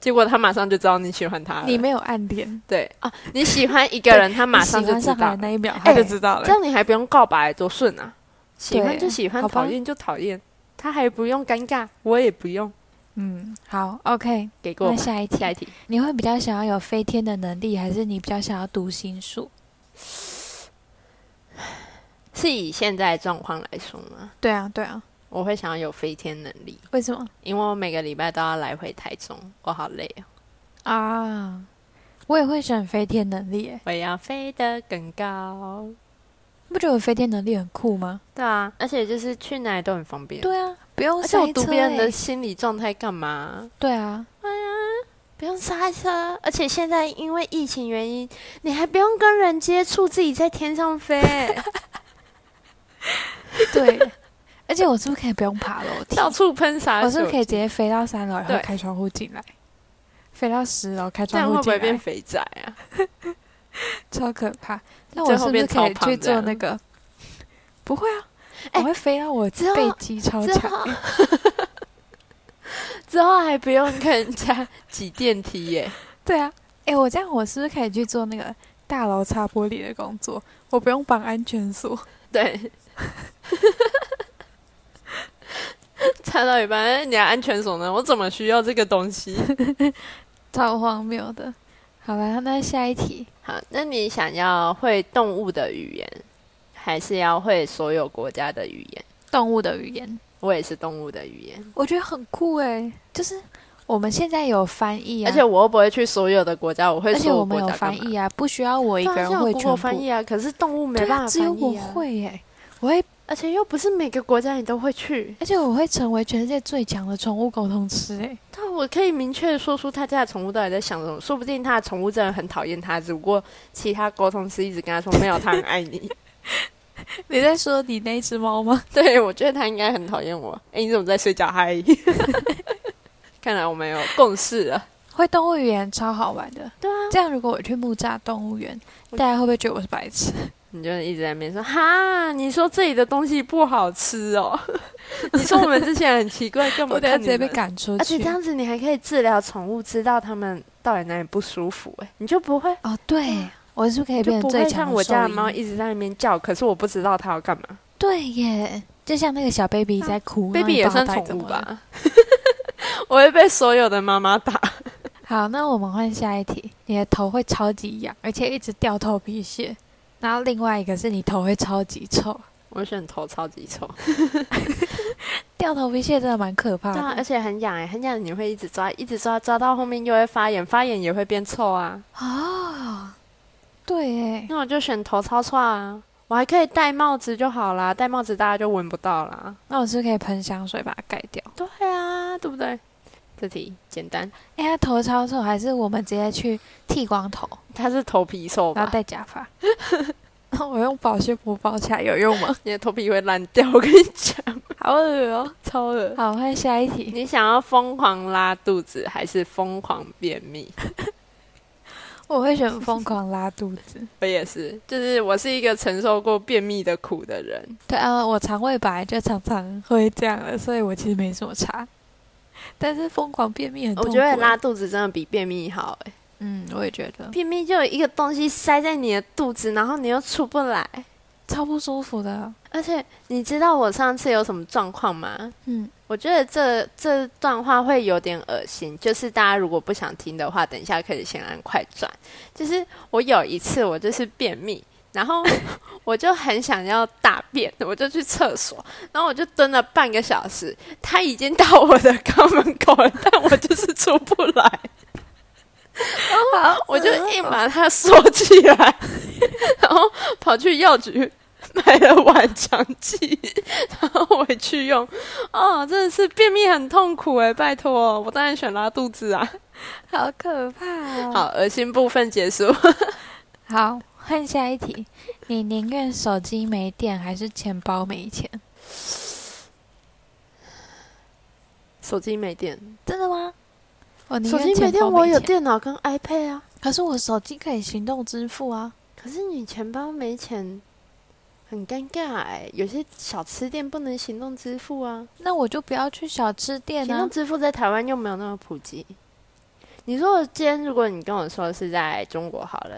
Speaker 2: 结果他马上就知道你喜欢他了。
Speaker 1: 你没有暗恋，
Speaker 2: 对啊，你喜欢一个人，他马上
Speaker 1: 你
Speaker 2: 就
Speaker 1: 喜欢
Speaker 2: 知
Speaker 1: 上他
Speaker 2: 道
Speaker 1: 的
Speaker 2: 了，
Speaker 1: 那一秒他就
Speaker 2: 哎
Speaker 1: 知道了
Speaker 2: 这。样你还不用告白，多顺啊！喜欢就喜欢，
Speaker 1: 好吧
Speaker 2: 讨厌就讨厌，他还不用尴尬，我也不用。
Speaker 1: 嗯，好，OK，
Speaker 2: 给过
Speaker 1: 那下一
Speaker 2: 下一
Speaker 1: 题，
Speaker 2: 题，
Speaker 1: 你会比较想要有飞天的能力，还是你比较想要读心术？
Speaker 2: 是以现在状况来说吗？
Speaker 1: 对啊，对啊，
Speaker 2: 我会想要有飞天能力，
Speaker 1: 为什么
Speaker 2: 因为我每个礼拜都要来回台中，我好累哦，
Speaker 1: 啊？我也会选飞天能力耶，
Speaker 2: 我要飞得更高。
Speaker 1: 不觉得我飞天能力很酷吗？
Speaker 2: 对啊，而且就是去哪里都很方便。
Speaker 1: 对啊，不用
Speaker 2: 而且我
Speaker 1: 塞
Speaker 2: 读
Speaker 1: 车欸
Speaker 2: 别人的
Speaker 1: 耶
Speaker 2: 心理状态干嘛？
Speaker 1: 对啊，
Speaker 2: 不用刹车，而且现在因为疫情原因，你还不用跟人接触，自己在天上飞。
Speaker 1: 对， 而且我是不是可以不用爬楼梯？
Speaker 2: 到处喷洒
Speaker 1: 我是
Speaker 2: 水，
Speaker 1: 不是可以直接飞到三楼，然后
Speaker 2: 对
Speaker 1: 开窗户进来？飞到十楼开
Speaker 2: 这样
Speaker 1: 窗
Speaker 2: 会
Speaker 1: 户
Speaker 2: 不
Speaker 1: 进
Speaker 2: 会变
Speaker 1: 来，
Speaker 2: 肥宅啊？
Speaker 1: 超可怕。那
Speaker 2: 最
Speaker 1: 我
Speaker 2: 后
Speaker 1: 是不
Speaker 2: 变
Speaker 1: 是
Speaker 2: 超
Speaker 1: 可以
Speaker 2: 胖
Speaker 1: 去
Speaker 2: 这样
Speaker 1: 做那个？不会啊，
Speaker 2: 哎
Speaker 1: 我会飞到我
Speaker 2: 之后
Speaker 1: 背肌超
Speaker 2: 之
Speaker 1: 强。
Speaker 2: 后，之后还不用跟人家挤电梯耶、
Speaker 1: 对啊，哎，我这样我是不是可以去做那个大楼擦玻璃的工作？我不用绑安全锁。
Speaker 2: 对， 插到一半，哎你的安全锁呢？我怎么需要这个东西？
Speaker 1: 超荒谬的。好吧，那下一题，
Speaker 2: 好，那你想要会动物的语言，还是要会所有国家的语言？
Speaker 1: 动物的语言，
Speaker 2: 我也是动物的语言，
Speaker 1: 我觉得很酷哎，就是我们现在有翻译啊，
Speaker 2: 而且我又不会去所有的国家，我会
Speaker 1: 而且
Speaker 2: 所
Speaker 1: 我
Speaker 2: 有
Speaker 1: 们
Speaker 2: 国
Speaker 1: 有
Speaker 2: 家
Speaker 1: 翻
Speaker 2: 干嘛
Speaker 1: 译啊，不需要我一
Speaker 2: 当
Speaker 1: 个
Speaker 2: 然
Speaker 1: 人
Speaker 2: 是有
Speaker 1: 会
Speaker 2: Google
Speaker 1: 全
Speaker 2: 翻
Speaker 1: 部。
Speaker 2: 译啊，可是动物没
Speaker 1: 对
Speaker 2: 办
Speaker 1: 啊，
Speaker 2: 法翻译、啊
Speaker 1: 只有我，会耶，我会，
Speaker 2: 而且又不是每个国家你都会去。
Speaker 1: 而且我会成为全世界最强的宠物沟通师 哎。
Speaker 2: 但我可以明确的说出他家的宠物到底在想什么，说不定他的宠物真的很讨厌他，只不过其他沟通师一直跟他说没有，他很爱你。
Speaker 1: 你在说你那只猫吗？
Speaker 2: 对，我觉得他应该很讨厌我。哎，你怎么在睡觉？嗨， 看来我们有共识了。
Speaker 1: 会动物园超好玩的。
Speaker 2: 对啊，
Speaker 1: 这样如果我去木栅动物园，大家会不会觉得我是白痴？
Speaker 2: 你就一直在那边说哈，你说这里的东西不好吃 哦，你说我们这些人很奇怪，干嘛
Speaker 1: 我等下
Speaker 2: 看
Speaker 1: 直
Speaker 2: 你
Speaker 1: 接被
Speaker 2: 们
Speaker 1: 赶出
Speaker 2: 而且这
Speaker 1: 去。
Speaker 2: 样子你还可以治疗宠物，知道它们到底哪里不舒服、哎，你就不会
Speaker 1: 哦，对，我是不是可以变成
Speaker 2: 啊就不
Speaker 1: 最
Speaker 2: 会
Speaker 1: 强
Speaker 2: 像
Speaker 1: 的
Speaker 2: 我家的
Speaker 1: 兽医
Speaker 2: 猫一直在那边叫，可是我不知道它要干嘛。
Speaker 1: 对耶，就像那个小 baby 在哭、然后
Speaker 2: 啊 baby
Speaker 1: 你
Speaker 2: 也
Speaker 1: 帮它
Speaker 2: 算
Speaker 1: 带
Speaker 2: 宠
Speaker 1: 怎
Speaker 2: 物
Speaker 1: 么了？
Speaker 2: 吧？ 我会被所有的妈妈打。
Speaker 1: 好，那我们换下一题。你的头会超级痒，而且一直掉头皮屑。然后另外一个是你头会超级臭，
Speaker 2: 我选头超级臭，
Speaker 1: 掉头皮屑真的蛮可怕
Speaker 2: 对啊，
Speaker 1: 的。
Speaker 2: 而且很痒哎、很痒，你会一直抓，一直抓，抓到后面又会发炎，发炎也会变臭啊。
Speaker 1: 哦，对耶，
Speaker 2: 那我就选头超臭啊，我还可以戴帽子就好啦，戴帽子大家就闻不到啦。
Speaker 1: 那我是不是可以喷香水把它盖掉？
Speaker 2: 对啊，对不对？这题简单，
Speaker 1: 哎，他头超臭，还是我们直接去剃光头，
Speaker 2: 它是头皮臭
Speaker 1: 然
Speaker 2: 吧
Speaker 1: 后？戴假发？那我用保鲜膜包起来有用 吗？
Speaker 2: 你的头皮会烂掉，我跟你讲，
Speaker 1: 好恶哦。
Speaker 2: 超恶。
Speaker 1: 好，换下一题。
Speaker 2: 你想要疯狂拉肚子，还是疯狂便秘？
Speaker 1: 我会选疯狂拉肚子。
Speaker 2: 我也是，就是我是一个承受过便秘的苦的人。
Speaker 1: 对啊，我肠胃本来就常常会这样了，所以我其实没什么差。但是疯狂便秘很
Speaker 2: 我
Speaker 1: 痛苦
Speaker 2: 觉得拉
Speaker 1: 欸，
Speaker 2: 肚子真的比便秘好、欸，
Speaker 1: 嗯，我也觉得
Speaker 2: 便秘就有一个东西塞在你的肚子，然后你又出不来。
Speaker 1: 超不舒服的。
Speaker 2: 而且你知道我上次有什么状况吗？
Speaker 1: 嗯，
Speaker 2: 我觉得这这段话会有点恶心，就是大家如果不想听的话，等一下可以先按快转。就是我有一次我就是便秘，然后我就很想要大便， 我就去厕所，然后我就蹲了半个小时，他已经到我的肛门口了，但我就是出不来，
Speaker 1: 好，
Speaker 2: 哦我就
Speaker 1: 嗯
Speaker 2: 硬把它锁起来，然后跑去药局买了晚肠剂，然后回去用。哦，真的是便秘很痛苦哎，拜托，我当然选拉肚子啊。
Speaker 1: 好可怕、哦。
Speaker 2: 好，恶心部分结束。
Speaker 1: 好，换下一题。你宁愿手机没电，还是钱包没钱？
Speaker 2: 手机没电，
Speaker 1: 真的吗？我宁
Speaker 2: 手
Speaker 1: 愿
Speaker 2: 机没
Speaker 1: 钱包
Speaker 2: 电，
Speaker 1: 没
Speaker 2: 我有
Speaker 1: 钱，
Speaker 2: 电脑跟 iPad 啊。
Speaker 1: 可是我手机可以行动支付啊。
Speaker 2: 可是你钱包没钱，很尴尬哎、有些小吃店不能行动支付啊，
Speaker 1: 那我就不要去小吃店
Speaker 2: 行
Speaker 1: 啊
Speaker 2: 动。支付在台湾又没有那么普及。你说今天如果你跟我说是在中国好了，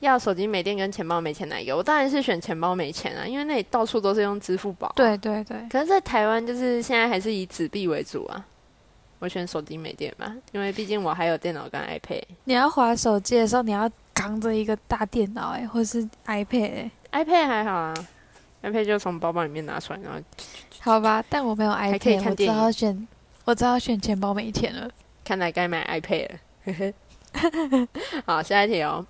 Speaker 2: 要手机没电跟钱包没钱哪一个？我当然是选钱包没钱啊，因为那里到处都是用支 付宝。，
Speaker 1: 对对对，
Speaker 2: 可是，在台湾就是现在还是以纸币为主啊。我选手机没电吧，因为毕竟我还有电脑跟 iPad。
Speaker 1: 你要划手机的时候，你要扛着一个大电脑哎、或是 iPad 哎、
Speaker 2: iPad 还好啊，iPad 就从包包里面拿出来，然后
Speaker 1: 好吧，但我没有
Speaker 2: 可以
Speaker 1: iPad，
Speaker 2: 看
Speaker 1: 我只
Speaker 2: 电影
Speaker 1: 好选，我只好选钱包没钱了。
Speaker 2: 看来该买 iPad 了。 好，下一题哦。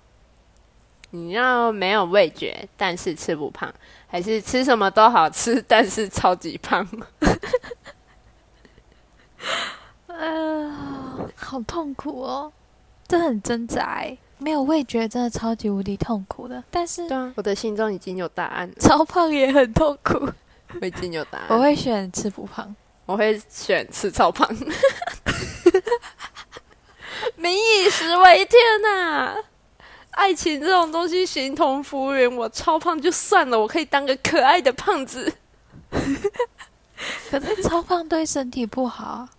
Speaker 2: 你要没有味觉，但是吃不胖，还是吃什么都好吃，但是超级胖？
Speaker 1: 呃，好痛苦哦，这很挣扎哎、没有味觉真的超级无敌痛苦的，但是
Speaker 2: 对啊，我的心中已经有答案了，
Speaker 1: 超胖也很痛苦。
Speaker 2: 我已经有答案。
Speaker 1: 我会选吃不胖，
Speaker 2: 我会选吃超胖。 民以食为天呐、爱情这种东西形同浮云。我超胖就算了，我可以当个可爱的胖子。
Speaker 1: 可是超胖对身体不好啊，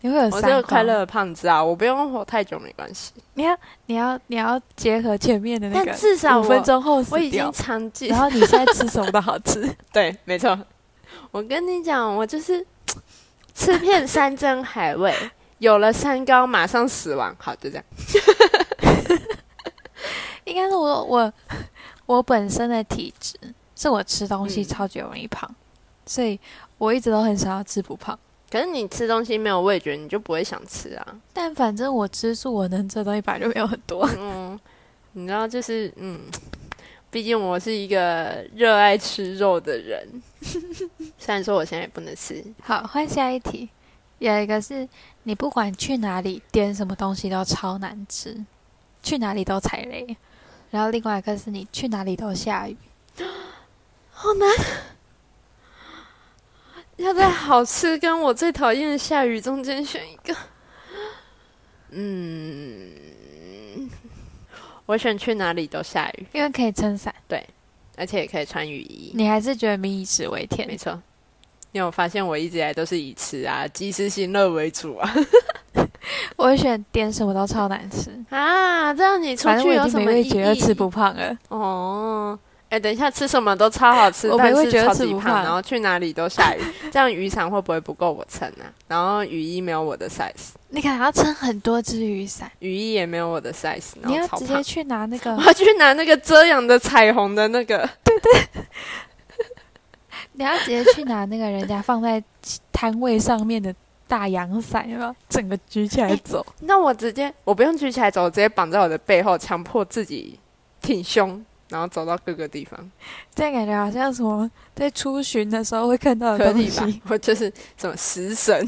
Speaker 1: 你会有
Speaker 2: 我
Speaker 1: 三
Speaker 2: 是个
Speaker 1: 高。
Speaker 2: 快乐的胖子啊，我不用活太久没关系。
Speaker 1: 你要你要你要结合前面的那个
Speaker 2: 但，至少
Speaker 1: 五分
Speaker 2: 我
Speaker 1: 钟后死
Speaker 2: 我已经
Speaker 1: 掉。
Speaker 2: 尝尽
Speaker 1: 然。后你现在吃什么都好 吃，
Speaker 2: 对，没错。我跟你讲，我就是吃遍山珍海味， 有了三高马上死亡。好，就这样。
Speaker 1: 应该是我我我本身的体质是我吃东西
Speaker 2: 嗯
Speaker 1: 超级容易胖，所以我一直都很想要吃不胖。
Speaker 2: 可是你吃东西没有味觉，你就不会想吃啊。
Speaker 1: 但反正我吃素，我能吃的东西本来就没有很 多。
Speaker 2: 嗯，你知道，就是嗯，毕竟我是一个热爱吃肉的人， 虽然说我现在也不能吃，
Speaker 1: 好，换下一题。有一个是你不管去哪里点什么东西都超难吃，去哪里都踩雷。然后另外一个是你去哪里都下雨，
Speaker 2: 要在好吃跟我最讨厌的下雨中间选一个。嗯，我选去哪里都下雨，
Speaker 1: 因为可以撑伞，
Speaker 2: 而且也可以穿雨衣。
Speaker 1: 你还是觉得民以食为
Speaker 2: 没
Speaker 1: 天。
Speaker 2: 错，因为我发现我一直以来都是以吃啊、及时行乐为主啊。
Speaker 1: 我会选点什么都超难吃，
Speaker 2: 啊，这样你出
Speaker 1: 反正
Speaker 2: 去
Speaker 1: 我已
Speaker 2: 有
Speaker 1: 经
Speaker 2: 什
Speaker 1: 没
Speaker 2: 么意
Speaker 1: 味
Speaker 2: 义？
Speaker 1: 觉得吃不胖了。
Speaker 2: 哦，哎，等一下吃什么都超好吃，
Speaker 1: 我
Speaker 2: 但
Speaker 1: 没会
Speaker 2: 是
Speaker 1: 觉得
Speaker 2: 超
Speaker 1: 吃
Speaker 2: 级
Speaker 1: 不
Speaker 2: 胖，
Speaker 1: 胖
Speaker 2: 然后去哪里都下雨， 这样雨伞会不会不够我撑啊？然后雨衣没有我的 size，
Speaker 1: 你可能要撑很多只雨伞，
Speaker 2: 雨衣也没有我的 size，然
Speaker 1: 你要
Speaker 2: 后超
Speaker 1: 直接
Speaker 2: 胖。
Speaker 1: 去拿那个
Speaker 2: 我，要去拿那个遮阳的彩虹的那个，
Speaker 1: 你要直接去拿那个人家放在摊位上面的大阳伞，有没有？整个举起来 走。
Speaker 2: 那我直接我不用举起来走，我直接绑在我的背后，强迫自己挺胸，然后走到各个地方，
Speaker 1: 哎这样感觉好像什么在出巡的时候会看到
Speaker 2: 合
Speaker 1: 的东
Speaker 2: 理吧
Speaker 1: 西，？
Speaker 2: 我就是什么食 神。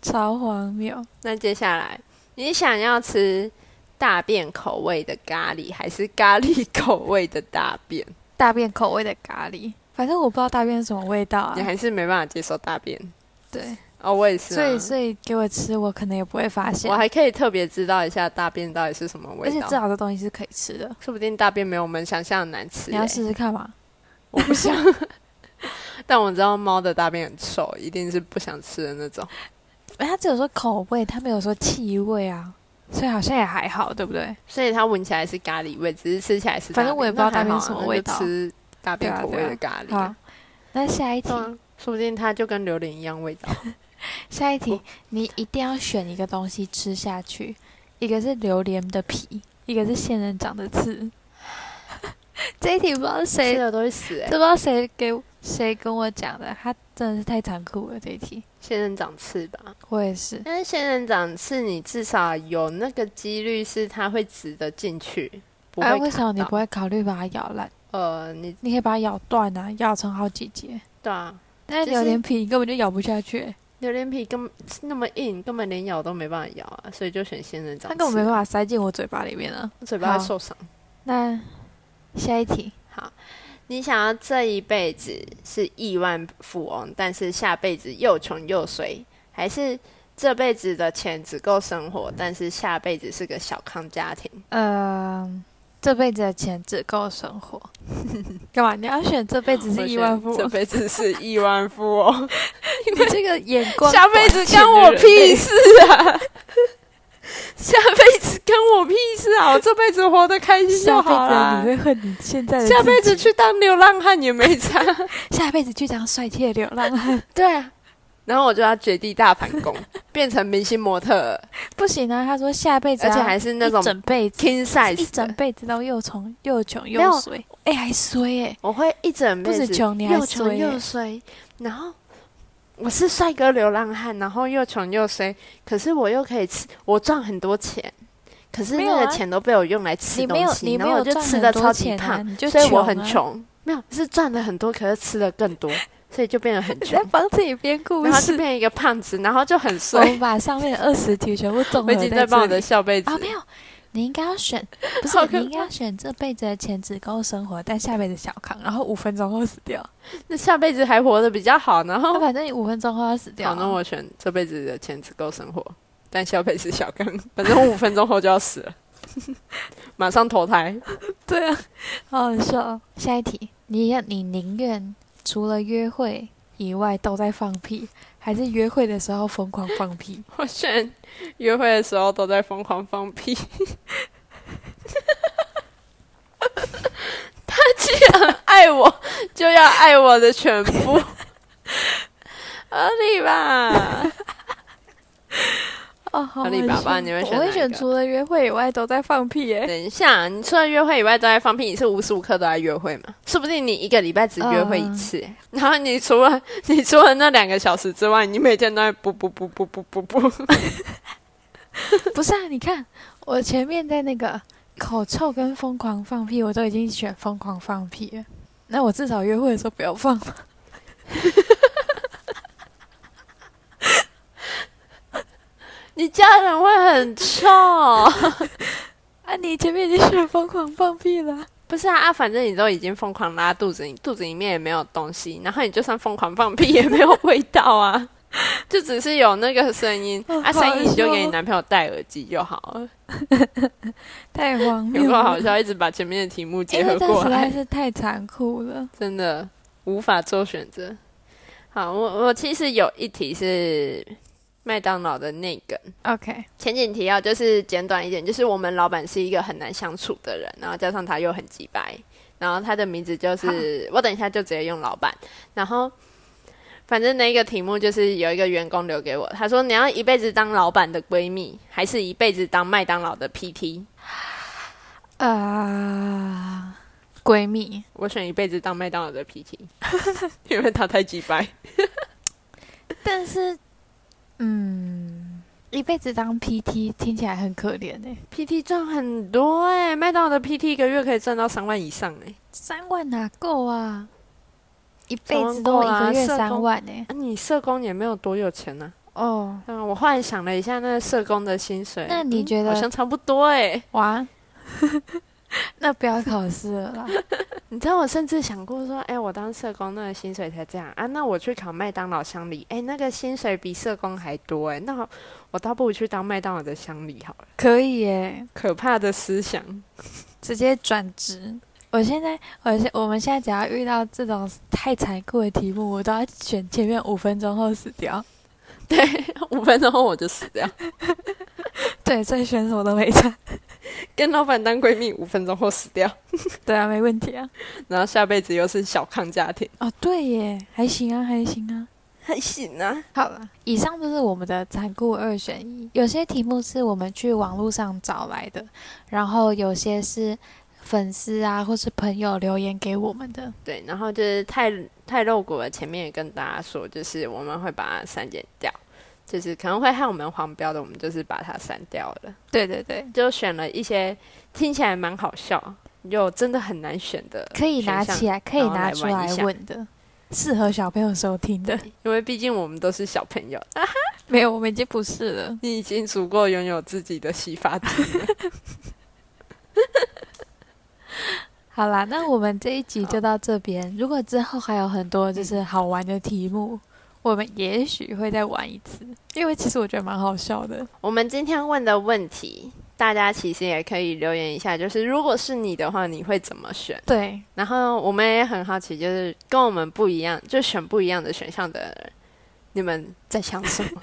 Speaker 1: 超荒谬。
Speaker 2: 那接下来，你想要吃大便口味的咖喱，还是咖喱口味的大便？
Speaker 1: 大便口味的咖喱，反正我不知道大便是什么味道啊
Speaker 2: 你。还是没办法接受大便
Speaker 1: 对，
Speaker 2: 哦，我也是啊、
Speaker 1: 所以所以给我吃，我可能也不会发现
Speaker 2: 我。还可以特别知道一下大便到底是什么
Speaker 1: 而
Speaker 2: 味
Speaker 1: 且
Speaker 2: 道
Speaker 1: 至，少这东西是可以吃的，
Speaker 2: 说不定大便没有我们想象的难吃、
Speaker 1: 你要
Speaker 2: 欸。
Speaker 1: 试试看嘛。
Speaker 2: 我不想， 但我知道猫的大便很臭，一定是不想吃的那种。
Speaker 1: 它哎只有说口味，它没有说气味啊，所以好像也还好，对不对？
Speaker 2: 所以它闻起来是咖喱味，只是吃起来是大
Speaker 1: 反
Speaker 2: 便。
Speaker 1: 正我也不知道
Speaker 2: 那还好啊
Speaker 1: 大便是什么
Speaker 2: 那就
Speaker 1: 味道
Speaker 2: 吃大便
Speaker 1: 对啊
Speaker 2: 口味
Speaker 1: 对啊
Speaker 2: 的咖喱。
Speaker 1: 好，那下一题
Speaker 2: 对，啊说不定它就跟榴莲一样 味道。
Speaker 1: 下一题
Speaker 2: 哦，
Speaker 1: 你一定要选一个东西吃下去，一个是榴莲的皮，一个是仙人掌的刺。 这一题不知道是谁
Speaker 2: 吃，了都会死哎、
Speaker 1: 这不知道谁给谁跟我讲的，他真的是太残酷了这一题。
Speaker 2: 仙人掌刺吧，
Speaker 1: 我也是，
Speaker 2: 但是仙人掌刺你至少有那个几率是它会直的进去，不会、
Speaker 1: 哎，为什么你不？会考虑把它咬烂？
Speaker 2: 呃，你
Speaker 1: 你可以把它咬断啊，咬成好几节。
Speaker 2: 对啊，
Speaker 1: 但是
Speaker 2: 就是
Speaker 1: 榴莲皮根本就咬不下去、
Speaker 2: 榴莲皮根本那么硬，根本连咬都没办法咬啊，所以就选仙人掌
Speaker 1: 它
Speaker 2: 刺。
Speaker 1: 根本没办法塞进我嘴巴里面啊。
Speaker 2: 嘴巴
Speaker 1: 好
Speaker 2: 会受伤。
Speaker 1: 那下一题，
Speaker 2: 好，你想要这一辈子是亿万富翁，但是下辈子又穷又衰，还是这辈子的钱只够生活，但是下辈子是个小康家庭？
Speaker 1: 呃，这辈子的钱只够生 活。干嘛？你要选这辈子是亿万富
Speaker 2: 这
Speaker 1: 翁？
Speaker 2: 辈子是亿万富翁，
Speaker 1: 你这个眼光，
Speaker 2: 下辈子干我屁！事啊！ 下辈子干我屁事啊！我这辈子活得开心
Speaker 1: 下
Speaker 2: 就
Speaker 1: 辈
Speaker 2: 好
Speaker 1: 子
Speaker 2: 啦
Speaker 1: 你。会恨你现在的自己。
Speaker 2: 下辈子去当流浪汉也没差。
Speaker 1: 下辈子去当帅气的流浪汉，
Speaker 2: 对啊，然后我就要绝地大反攻，变成明星模特儿，
Speaker 1: 不行啊！他说下辈子
Speaker 2: 而
Speaker 1: 要
Speaker 2: 且还是那种
Speaker 1: 一整辈子，
Speaker 2: king size
Speaker 1: 一整
Speaker 2: 的。
Speaker 1: 辈子都又穷又穷
Speaker 2: 没
Speaker 1: 又
Speaker 2: 有
Speaker 1: 衰，哎、还衰哎、
Speaker 2: 我会一整辈
Speaker 1: 不
Speaker 2: 子
Speaker 1: 止穷你还
Speaker 2: 又穷
Speaker 1: 衰耶
Speaker 2: 又衰，然后我是帅哥流浪汉，然后又穷又衰，可是我又可以吃，我赚很多钱，可是
Speaker 1: 没有
Speaker 2: 那个
Speaker 1: 啊
Speaker 2: 钱都被我用来吃
Speaker 1: 你
Speaker 2: 东
Speaker 1: 没有
Speaker 2: 西，
Speaker 1: 你没
Speaker 2: 然后
Speaker 1: 有
Speaker 2: 我就
Speaker 1: 赚
Speaker 2: 吃
Speaker 1: 很
Speaker 2: 的
Speaker 1: 多
Speaker 2: 超级
Speaker 1: 钱啊
Speaker 2: 胖，
Speaker 1: 你就
Speaker 2: 所以我
Speaker 1: 穷
Speaker 2: 很
Speaker 1: 啊
Speaker 2: 穷。没有，是赚了很多，可是吃的更多，所以就变得很
Speaker 1: 你
Speaker 2: 穷
Speaker 1: 在，帮自己编故
Speaker 2: 然后就
Speaker 1: 事。
Speaker 2: 变成一个胖子，然后就很
Speaker 1: 我
Speaker 2: 衰。
Speaker 1: 们把上面的二十题全部综
Speaker 2: 我
Speaker 1: 合
Speaker 2: 已经
Speaker 1: 哦在
Speaker 2: 在帮
Speaker 1: 这
Speaker 2: 我
Speaker 1: 里
Speaker 2: 的。下辈子
Speaker 1: 啊、没有，你应该要 选，不
Speaker 2: 好
Speaker 1: 是
Speaker 2: 可
Speaker 1: 你应该要选这辈子的钱只够生活，但下辈子小康，然后五分钟后死掉。
Speaker 2: 那下辈子还活得比较好，
Speaker 1: 那、
Speaker 2: 然后
Speaker 1: 反正你五分钟后要死掉
Speaker 2: 好，
Speaker 1: 啊。
Speaker 2: 那我选这辈子的钱只够生活，但下辈子小刚， 反正五分钟后就要死了， 马上投胎。
Speaker 1: 对啊，好好笑哦。下一题，你要你宁愿除了约会以外都在放屁，还是约会的时候疯狂放屁？
Speaker 2: 我选约会的时候都在疯狂放屁。 他既然爱我，就要爱我的全部，合理吧？
Speaker 1: 哦，好
Speaker 2: 合理吧
Speaker 1: 好笑
Speaker 2: 爸你会
Speaker 1: 我
Speaker 2: 选哪
Speaker 1: 会
Speaker 2: 一
Speaker 1: 选
Speaker 2: 个
Speaker 1: 除了约会以外都在放屁 耶、
Speaker 2: 等一下，你除了约会以外都在放屁，你是无时无刻都在约会吗？说不定你一个礼拜只约会一次、然后你除了 你除了那两个小时之外，你每天都在不不不不不不不，
Speaker 1: 不是啊，你看我前面在那个口臭跟疯狂放屁，我都已经选疯狂放屁了。那我至少约会的时候不要放。
Speaker 2: 你家人会很臭。
Speaker 1: 啊，你前面已经选疯狂放屁了。
Speaker 2: 不是啊啊，反正你都已经疯狂拉肚子，你肚子里面也没有东西，然后你就算疯狂放屁也没有味道啊， 就只是有那个声音
Speaker 1: 哦
Speaker 2: 啊，声音你就
Speaker 1: 好笑
Speaker 2: 给你男朋友戴耳机就好了，
Speaker 1: 太荒
Speaker 2: 有
Speaker 1: 谬
Speaker 2: 没有好
Speaker 1: 了！
Speaker 2: 笑？一直把前面的题目结
Speaker 1: 因
Speaker 2: 合
Speaker 1: 为这
Speaker 2: 过
Speaker 1: 实
Speaker 2: 来
Speaker 1: 在。是太残酷了。
Speaker 2: 真的无法做选择。好，我我其实有一题是麦当劳的那个
Speaker 1: OK，
Speaker 2: 前景提要，就是简短一点，就是我们老板是一个很难相处的人，然后加上他又很鸡掰，然后他的名字就是我等一下就直接用老板，然后。反正那一个题目就是有一个员工留给我，他说你要一辈子当老板的闺蜜，还是一辈子当麦当劳的 PT？
Speaker 1: 啊、闺蜜，
Speaker 2: 我选一辈子当麦当劳的 PT，因为他太鸡掰。
Speaker 1: 但是，嗯，一辈子当 PT 听起来很可怜哎、
Speaker 2: PT 赚很多哎、麦当劳的 PT 一个月可以赚到三万以上哎、
Speaker 1: 三万哪够啊？一辈
Speaker 2: 三万
Speaker 1: 子都
Speaker 2: 够
Speaker 1: 一
Speaker 2: 啊
Speaker 1: 个月
Speaker 2: 社工
Speaker 1: 三万哎、
Speaker 2: 啊，你社工也没有多有钱呐、
Speaker 1: 哦，
Speaker 2: 啊。嗯，我后来想了一下，那个社工的薪水，
Speaker 1: 那你
Speaker 2: 嗯
Speaker 1: 觉得
Speaker 2: 好像差不多哎、
Speaker 1: 哇， 那不要考试了啦。
Speaker 2: 你知道我甚至想过说，哎、我当社工那个薪水才这样啊，那我去考麦当劳乡里，哎、那个薪水比社工还多哎、那我倒不如去当麦当劳的乡里好了。
Speaker 1: 可以耶、
Speaker 2: 可怕的思想，
Speaker 1: 直接转职。我现在，我现我们现在只要遇到这种太残酷的题目，我都要选前面五分钟后死掉。
Speaker 2: 对，五分钟后我就死掉，
Speaker 1: 对，所以选什么都没差。
Speaker 2: 跟老板当闺蜜，五分钟后死掉，
Speaker 1: 对啊，没问题啊。
Speaker 2: 然后下辈子又是小康家庭，
Speaker 1: 哦，对耶，还行啊，还行啊。
Speaker 2: 还行啊。
Speaker 1: 好了，以上就是我们的残酷二选一。有些题目是我们去网络上找来的，然后有些是粉丝啊或是朋友留言给我们的。
Speaker 2: 对，然后就是太太露骨了，前面也跟大家说，就是我们会把它删减掉，就是可能会和我们黄标的，我们就是把它删掉了，
Speaker 1: 对对对，
Speaker 2: 就选了一些听起来蛮好笑又真的很难选的，
Speaker 1: 可以拿起来，可以
Speaker 2: 然后
Speaker 1: 拿
Speaker 2: 来
Speaker 1: 出
Speaker 2: 玩一
Speaker 1: 来
Speaker 2: 下
Speaker 1: 问的，适合小朋友收听的。
Speaker 2: 因为毕竟我们都是小朋友，
Speaker 1: 没有，我们已经不是了。
Speaker 2: 你已经足够拥有自己的洗发精 了。
Speaker 1: 好啦，那我们这一集就到这边。如果之后还有很多就是好玩的题目，我们也许会再玩一次，因为其实我觉得蛮好笑的。
Speaker 2: 我们今天问的问题大家其实也可以留言一下，就是如果是你的话，你会怎么选？
Speaker 1: 对，
Speaker 2: 然后我们也很好奇，就是跟我们不一样，就选不一样的选项的人，你们在想什么？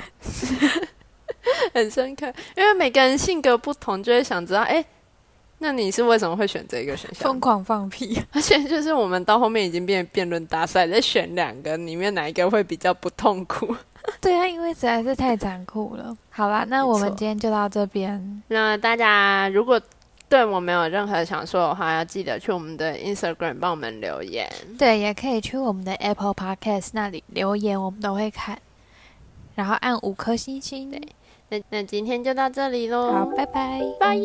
Speaker 2: 很深刻，因为每个人性格不同，就会想知道，哎，那你是为什么会选这个选项
Speaker 1: 疯？狂放屁，
Speaker 2: 而且就是我们到后面已经变辩论大赛，再选两个里面哪一个会比较不痛苦？
Speaker 1: 对啊，因为实在是太残酷了。好啦，那我
Speaker 2: 没
Speaker 1: 们
Speaker 2: 错
Speaker 1: 今天就到这边，
Speaker 2: 那大家如果对我们有任何想说的话，要记得去我们的 Instagram 帮我们留言。
Speaker 1: 对，也可以去我们的 Apple Podcast 那里留言，我们都会看，然后按五颗星星。
Speaker 2: 那那今天就到这里喽，
Speaker 1: 好，拜拜。
Speaker 2: 拜。